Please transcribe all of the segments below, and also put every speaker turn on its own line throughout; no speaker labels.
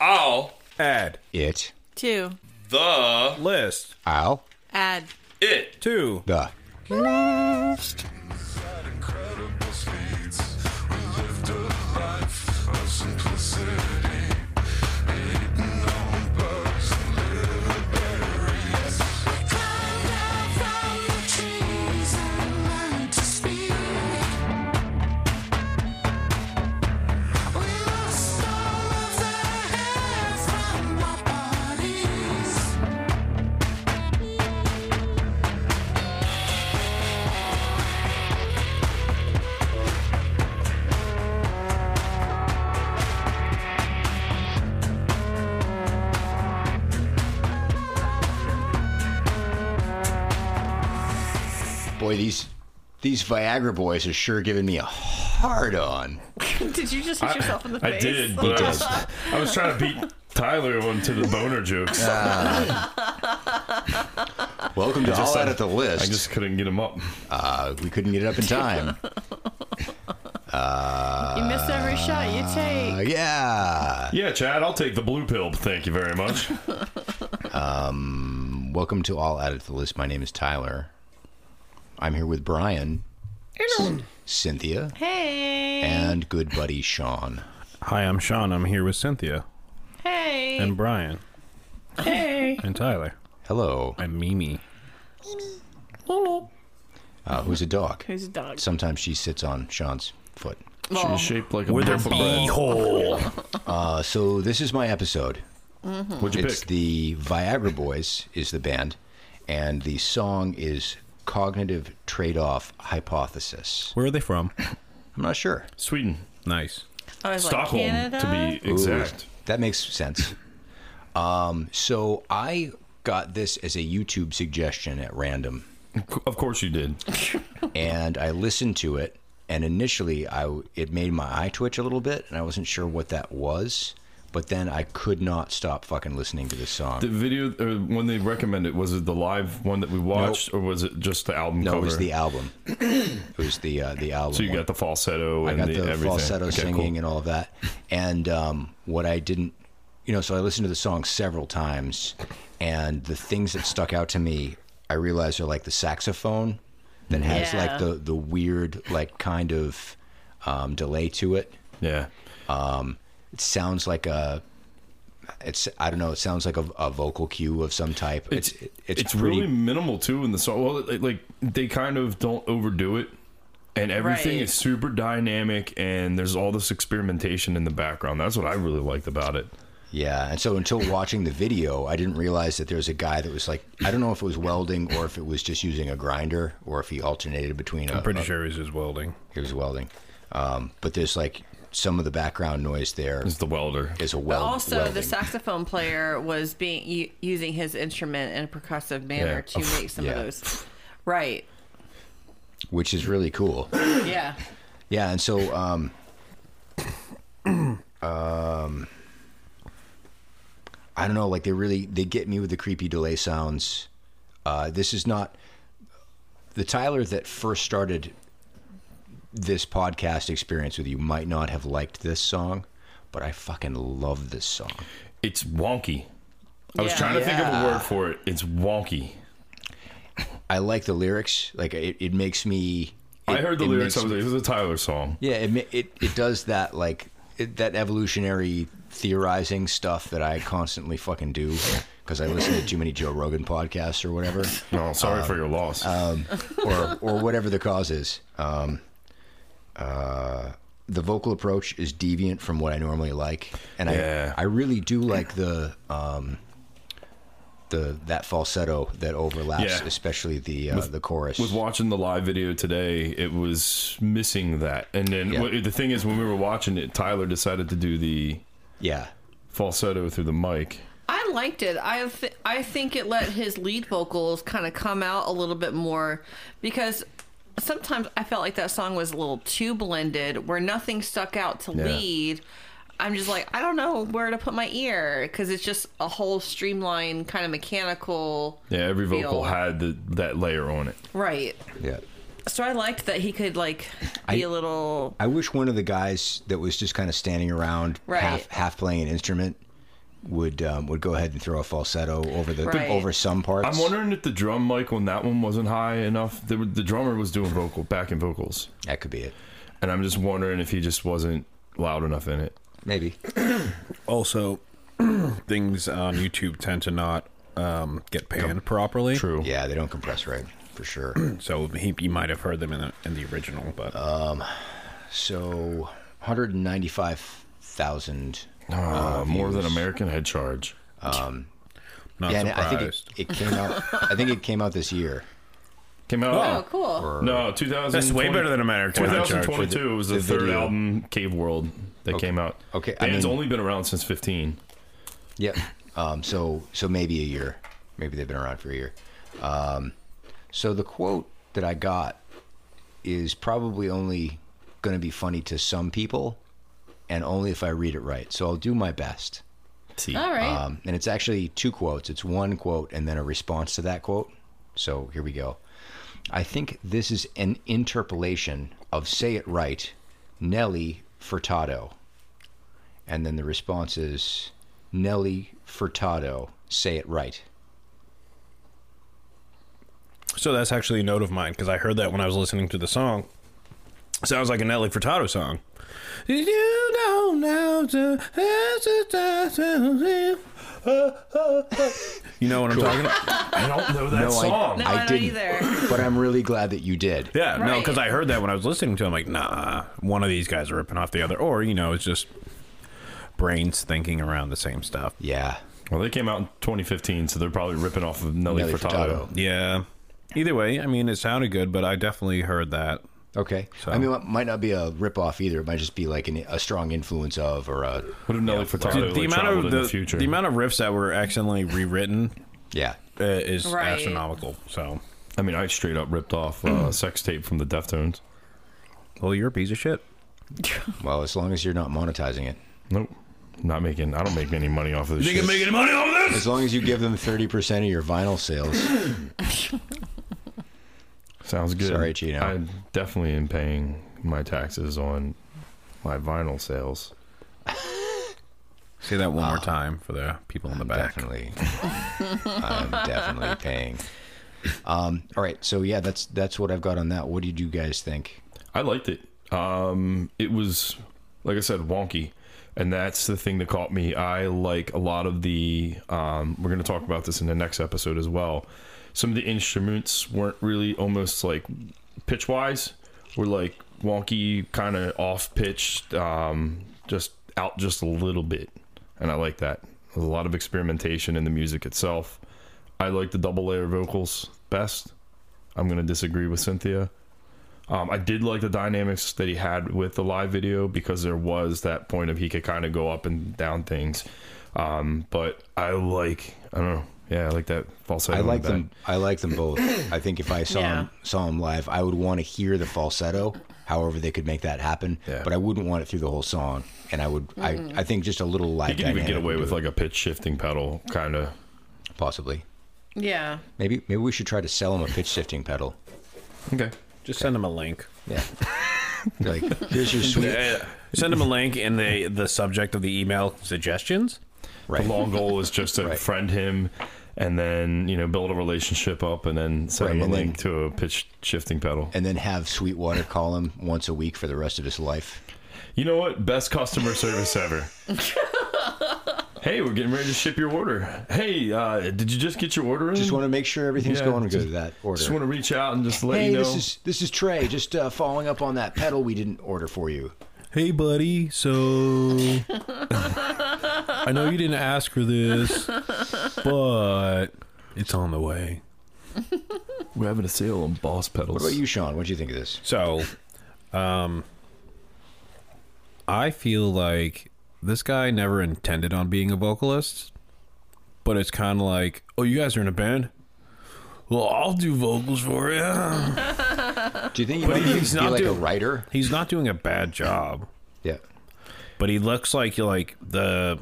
I'll
Add
it,
Two.
the
list
I'll,
Add.
it
to
the.
Incredible speeds. We lived a life of simplicity. Eating on bugs and living berries. We climbed down from the trees and learned to speak. We lost all of the hair from our bodies.
Boy, these these Viagra boys are sure giving me a hard on.
Did you just hit yourself in the
I
face?
did, but I was, I was trying to beat Tyler onto the boner jokes.
Welcome to All Out at the List.
I just couldn't get him up.
uh, we couldn't get it up in time.
You miss every shot you
Uh,
take.
yeah.
Yeah, Chad, I'll take the blue pill. Thank you very much.
Welcome to All Out at the List. My name is Tyler. I'm here with Brian, Cynthia,
Hey.
and good buddy Sean.
Hi, I'm Sean. I'm here with Cynthia
hey.
and Brian. Hey. And Tyler.
Hello.
And Mimi.
Uh, who's a dog?
Who's a dog?
Sometimes she sits on Sean's foot.
Well,
She's shaped like a waffle bread.
hole.
Uh, so this is my episode.
What'd you
It's
pick?
the Viagra Boys is the band, and the song is Cognitive Trade-Off Hypothesis.
Where are they from?
I'm not sure.
Sweden.
Nice.
I was
Stockholm,
like, Canada?
to be exact.
That makes sense. um, so I got this as a YouTube suggestion at random,
Of course you did.
and I listened to it. And initially, I w- it made my eye twitch a little bit, and I wasn't sure what that was. But then I could not stop fucking listening to this song.
The video, or when they recommend it, was it the live one that we watched, or was it just the album
no,
cover?
it was the album. it was the uh, the album.
so you
one.
got the falsetto
I
and
got the,
the, everything.
falsetto
Okay,
singing
cool.
and all of that. And um, what I didn't, you know, so I listened to the song several times, and the things that stuck out to me, I realized are like the saxophone that has
Yeah.
like the the weird like kind of um, delay to it.
Yeah.
It sounds like a it's I don't know. It sounds like a, a vocal cue of some type. It's it's,
it's,
pretty
really minimal too in the song. Well, it- like they kind of don't overdo it, and everything
Right.
is super dynamic, and there's all this experimentation in the background. That's what I really liked about it.
Yeah, and so until watching the video, I didn't realize that there was a guy that was like, I don't know if it was welding or if it was just using a grinder or if he alternated between.
I'm pretty sure he's just welding.
he was welding, um, but there's like some of the background noise there
It's the welder.
is a weld.
also,
welding.
the saxophone player was being u- using his instrument in a percussive manner
Yeah.
to make some
Yeah.
of those. Right.
which is really cool.
Yeah.
Yeah, and so um, um, I don't know, like they really they get me with the creepy delay sounds. Uh, this is not the Tyler that first started this podcast experience with you might not have liked this song, but I fucking love this song.
It's wonky. I was
Yeah.
trying to think of
Yeah.
a word for it. It's wonky.
I like the lyrics. Like it, it makes me.
I
it-
heard the
it
lyrics. I
makes
was
me-
like, "This is a Tyler song."
Yeah, it ma- it, it does that like it, that evolutionary theorizing stuff that I constantly fucking do because I listen to too many Joe Rogan podcasts or whatever,
No, Oh,
Um,
sorry for your loss.
uh,
or or whatever the cause is. Um, uh, the vocal approach is deviant from what I normally like, and
Yeah.
I I really do like the. Um, the, that falsetto that overlaps,
Yeah.
especially the uh, the chorus.
with watching the live video today, it was missing that. And then
Yeah.
wh- the thing is, when we were watching it, Tyler decided to do the
yeah,
falsetto through the mic.
I liked it. I th- I think it let his lead vocals kind of come out a little bit more because sometimes I felt like that song was a little too blended where nothing stuck out to
Yeah.
lead. I'm just like I don't know where to put my ear because it's just a whole streamlined kind of mechanical.
Yeah, every vocal
feel.
had the, that layer on it.
Right.
yeah.
So I liked that he could like be
I-
a little
I wish one of the guys that was just kind of standing around,
Right.
half half playing an instrument, would um, would go ahead and throw a falsetto over the
Right.
over some parts.
I'm wondering if the drum mic when that one wasn't high enough, the, the drummer was doing vocal backing vocals,
that could be it.
and I'm just wondering if he just wasn't loud enough in it.
Maybe.
Also, things on YouTube tend to not um, get panned properly.
True.
Yeah, they don't compress right for sure.
So he, you might have heard them in the, in the original, but
Uh, so 195,000.
Oh,
Uh, more than American Head Charge.
not
Yeah, and I
surprised.
think it, it came out. I think it came out this year.
Came out.
Oh, cool.
Or,
No, 2000.
That's way better than American Head Charge.
2022 was the,
The
third
video.
album, Cave World, that came out.
Okay, I
and it's
mean-
only been around since 15.
Yep. Um, so so maybe a year. Maybe they've been around for a year. Um, so the quote that I got is probably only going to be funny to some people, and only if I read it right. So I'll do my best.
See.
All right.
Um, and it's actually two quotes. It's one quote and then a response to that quote. So here we go. I think this is an interpolation of "Say It Right," Nelly Furtado. And then the response is Nelly Furtado. Say it right.
So that's actually a note of mine because I heard that when I was listening to the song. Sounds like a Nelly Furtado song. You don't know to- You know what I'm talking about?
I don't know that
No, I-
song.
no,
I
I, don't
didn't.
either.
But I'm really glad that you did.
Yeah, no,
Right.
because I heard that when I was listening to. it. I'm like, nah, one of these guys are ripping off the other, or you know, it's just brains thinking around the same stuff.
Yeah.
Well, they came out in 2015, so they're probably ripping off of Nelly,
Nelly
Furtado.
Furtado.
Yeah. Either way, I mean, it sounded good, but I definitely heard that.
Okay. I mean, it might not be a ripoff either. It might just be like an, a strong influence of or a.
What if Nelly Furtado
The,
like,
the amount
traveled
of
in
the,
the future?
the amount of riffs that were accidentally rewritten
Yeah.
uh, is
Right.
astronomical. So
I mean, I straight up ripped off
Mm.
uh, sex tape from the Deftones.
Well, you're a piece of shit.
Well, as long as you're not monetizing it.
Nope. Not making. I don't make any money off of this. shit.
any money off
As long as you give them 30% of your vinyl sales.
Sounds good.
Sorry, Gino.
I definitely am paying my taxes on my vinyl sales.
Say that one more
Ah.
time for the people in the back.
Definitely. I'm definitely paying. Um, all right, so yeah, that's that's what I've got on that. What did you guys think?
I liked it. Um, it was, like I said, wonky, and that's the thing that caught me. I like a lot of the. Um, we're going to talk about this in the next episode as well. Some of the instruments weren't really almost like pitch wise. Were like wonky, kind of off pitched, um, just out just a little bit, and I like that. There's a lot of experimentation in the music itself. I like the double layer vocals best. I'm going to disagree with Cynthia. Um, I did like the dynamics that he had with the live video because there was that point of he could kind of go up and down things. Um, but I like, I don't know. Yeah, I like that falsetto.
I
in
like
the back.
them. I like them both. I think if I saw
Yeah.
'em- saw them live, I would want to hear the falsetto. However, they could make that happen,
Yeah.
but I wouldn't want it through the whole song. And I would, I, I think, just a little live.
He could even
dynamic
get away
would
with
do
like a pitch shifting pedal kind of.
it, possibly.
Yeah.
Maybe, maybe we should try to sell him a pitch shifting pedal.
Okay.
Just send them a link.
Yeah. like here's your sweet.
Send them a link in the the subject of the email suggestions.
Right.
The long goal is just to
Right.
friend him and then, you know, build a relationship up and then send
Right,
him a
and then-
link to a pitch shifting pedal.
and then have Sweetwater call him once a week for the rest of his life.
You know what? Best customer service ever. hey, we're getting ready to ship your order. Hey, uh, did you just get your order in?
Just want to make sure everything's
Yeah,
going good
just-
to that order.
Just want to reach out and just let
hey,
you know.
this is this is Trey. Just uh, following up on that pedal we didn't order for you.
Hey, buddy. So I know you didn't ask for this, but it's on the way.
We're having a sale on Boss pedals.
What about you, Sean? What do you think of this?
So, um, I feel like this guy never intended on being a vocalist, but it's kind of like, oh, you guys are in a band. Well, I'll do vocals for you.
Do you think you might be
he's
be
not
like a
doing-
writer?
He's not doing a bad job,
Yeah.
but he looks like like the.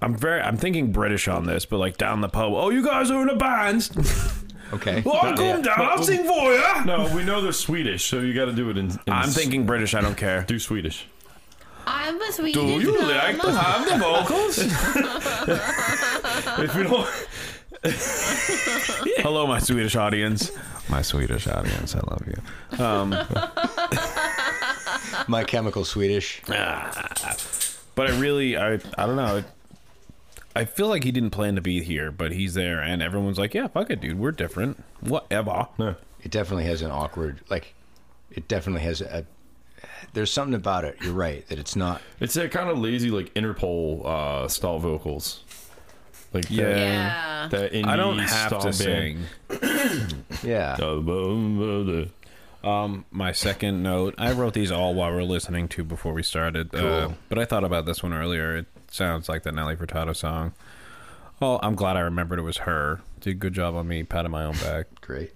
I'm very. I'm thinking British on this, but like down the pub. Oh, you guys are in a band.
Okay.
Well, I'll come down. I'll sing for you.
No, we know they're Swedish, so you got to do it in. in
I'm
s-
thinking British. I don't care.
do Swedish.
I
have a sweet
Do you like to have the vocals? if you don't,
Hello, my Swedish audience. My Swedish audience, I love you.
My Chemical Swedish.
But I really, I, I don't know. I feel like he didn't plan to be here, but he's there, and everyone's like, "Yeah, fuck it, dude. We're different. Whatever."
It definitely has an awkward, like, it definitely has a. There's something about it. You're right that it's not.
it's that kind of lazy like Interpol uh, style vocals. Like
Yeah.
Yeah.
that, that indie
I don't have
style
to
band.
sing.
Yeah.
Uh, bum, bum, bum.
Um, my second note. I wrote these all while we were listening to before we started. Uh,
Cool.
but I thought about this one earlier. It sounds like the Nelly Furtado song. Well, I'm glad I remembered it was her. Did good job on me patting my own back. Uh,
Great.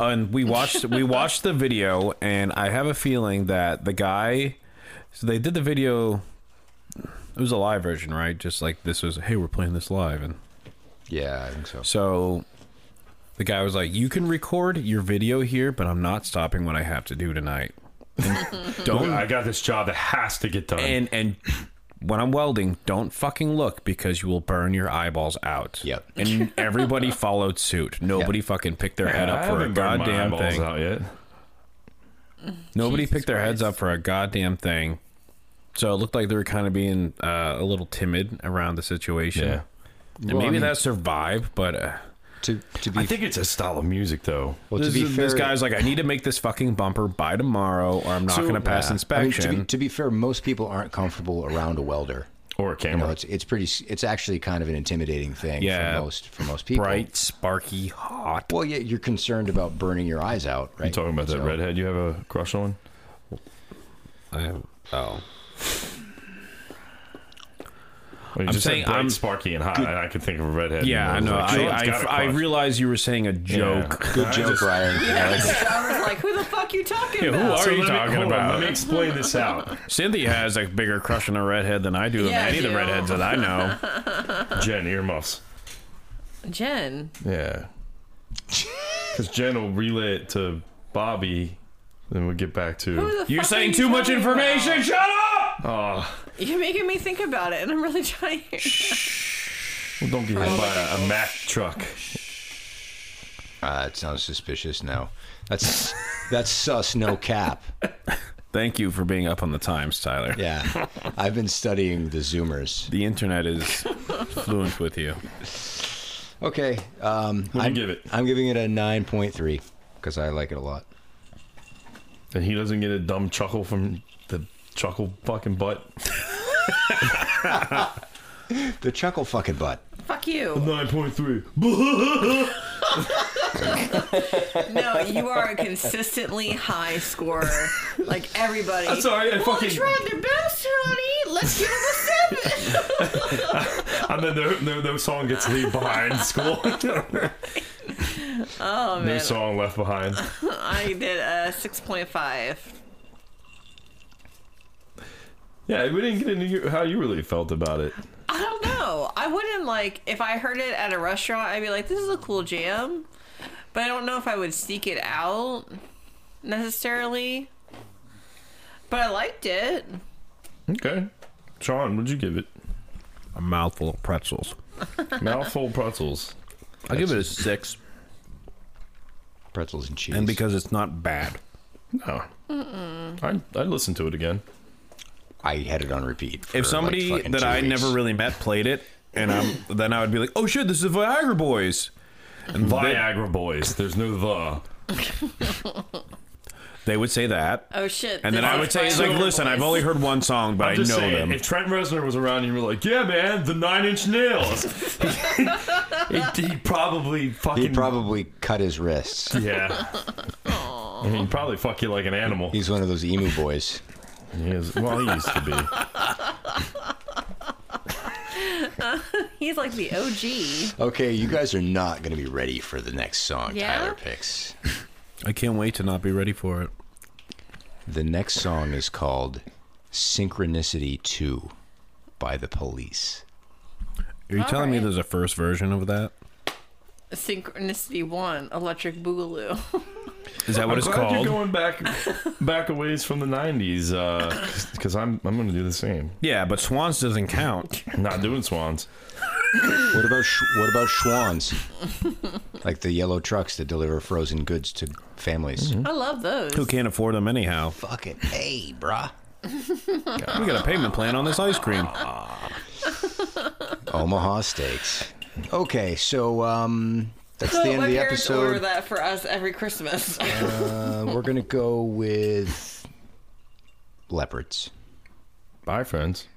and we watched we watched the video and i have a feeling that the guy so they did the video it was a live version right just like this was hey we're playing this live and
Yeah, I think so.
so the guy was like you can record your video here but i'm not stopping what i have to do tonight
Don't. Oh, I got this job that has to get done.
and and when i'm welding don't fucking look because you will burn your eyeballs out
Yep.
and everybody followed suit nobody fucking picked their head up
I
for a
haven't burned my
goddamn
eyeballs
thing
out yet.
Nobody
Jesus
picked their heads
Christ.
up for a goddamn thing. So it looked like they were kind of being uh, a little timid around the situation.
Yeah.
And
Well, I
maybe
mean-
that's their vibe, but uh,
To to be
I think it's a style of music though.
well, to
this,
be
is-
fair,
this guy's like, I need to make this fucking bumper by tomorrow or I'm not
So-
going to pass
Yeah. I mean,
I mean,
inspection.
to, be, to be fair, most people aren't comfortable around a welder.
Or a
You know,
camera.
it's it's pretty. s- It's actually kind of an intimidating thing
Yeah.
for most for most people.
Bright, sparky, hot.
Well, yeah, you're concerned about burning your eyes out, right?
You talking about that
So-
redhead you have a crush on?
I, oh.
Well, you
I'm
just said
saying
bright,
I'm-
sparky and hot. and I can think of a redhead.
Yeah, I
and
know.
was like,
I,
"Sean's
I,
got a
I
crush."
realize you were saying a
Yeah.
joke.
Good joke, Ryan.
I was like, who the fuck you talking
Yeah, who
about?
are you
let me-
talking
hold on,
about?
let me explain this out.
Cynthia has a bigger crush on a redhead than I do of
Yeah, I
any of the
do.
redheads that I know.
Jen earmuffs.
Jen.
Yeah. Because Jen will relay it to Bobby, then we'll get back
Who
to.
the fuck
You're
are
saying
you
too much
talking
information.
about?
Shut up!
You're making me think about it, and I'm really trying.
Well, Oh, don't get hit by a, a Mack truck.
Uh, it sounds suspicious now. That's that's sus, no cap.
Thank you for being up on the times, Tyler.
Yeah, I've been studying the Zoomers.
The internet is fluent with you.
Okay, um,
do you
I'm,
give it?
I'm giving it a nine point three because I like it a lot.
And he doesn't get a dumb chuckle from the chuckle fucking butt.
The chuckle fucking butt.
fuck you.
9.3.
No, you are a consistently high scorer. Like everybody.
I'm sorry, I
Well, I
fucking-
tried their best, honey. Let's give them a seven.
And then no, no, no song gets leave behind school.
Oh
no
man,
song left behind.
I did a six point five.
Yeah, we didn't get into you- how you really felt about it.
I don't know. I wouldn't like if I heard it at a restaurant. I'd be like, "This is a cool jam," but I don't know if I would seek it out necessarily. But I liked it.
Okay. Sean, what'd you give it?
A mouthful of pretzels.
Mouthful pretzels.
I give it a six,
Pretzels and cheese.
and because it's not bad.
No. I I listened to it again.
I had it on repeat. for,
If somebody
like, fucking
that
two
I never
weeks.
really met played it, and I'm, then I would be like, "Oh shit, this is the Viagra Boys." And they,
Viagra boys. There's no the.
they would say that,
Oh shit!
and then
this
I
is
would say,
my
"It's like,
own
listen, I've
voice.
only heard one song, but I know
Just saying,
them."
If Trent Reznor was around and you were like, yeah, man, the Nine Inch Nails, he, he probably fucking.
he probably cut his wrists.
Yeah. I mean, he'd probably fuck you like an animal.
He's one of those emu boys.
He is, well, he used to be.
He's like the OG.
Okay, you guys are not going to be ready for the next song
Yeah?
Tyler picks.
I can't wait to not be ready for it.
The next song is called Synchronicity 2 by The Police.
Are you
All
telling me
right.
there's a first version of that?
Synchronicity one, Electric Boogaloo.
Is that what
I'm
it's
glad
called?
You're going back back a ways from the '90s because I'm I'm going to do the same.
yeah, but Swans doesn't count.
Not doing swans.
What about sh- what about Schwans? like the yellow trucks that deliver frozen goods to families.
I love those.
Who can't afford them anyhow?
Fuck it, hey, bruh.
We got a payment plan on this ice cream.
Omaha Steaks. Okay, so um, that's the end
my
of the
parents order
episode.
that for us every Christmas.
Uh, we're gonna go with leopards.
Bye, friends.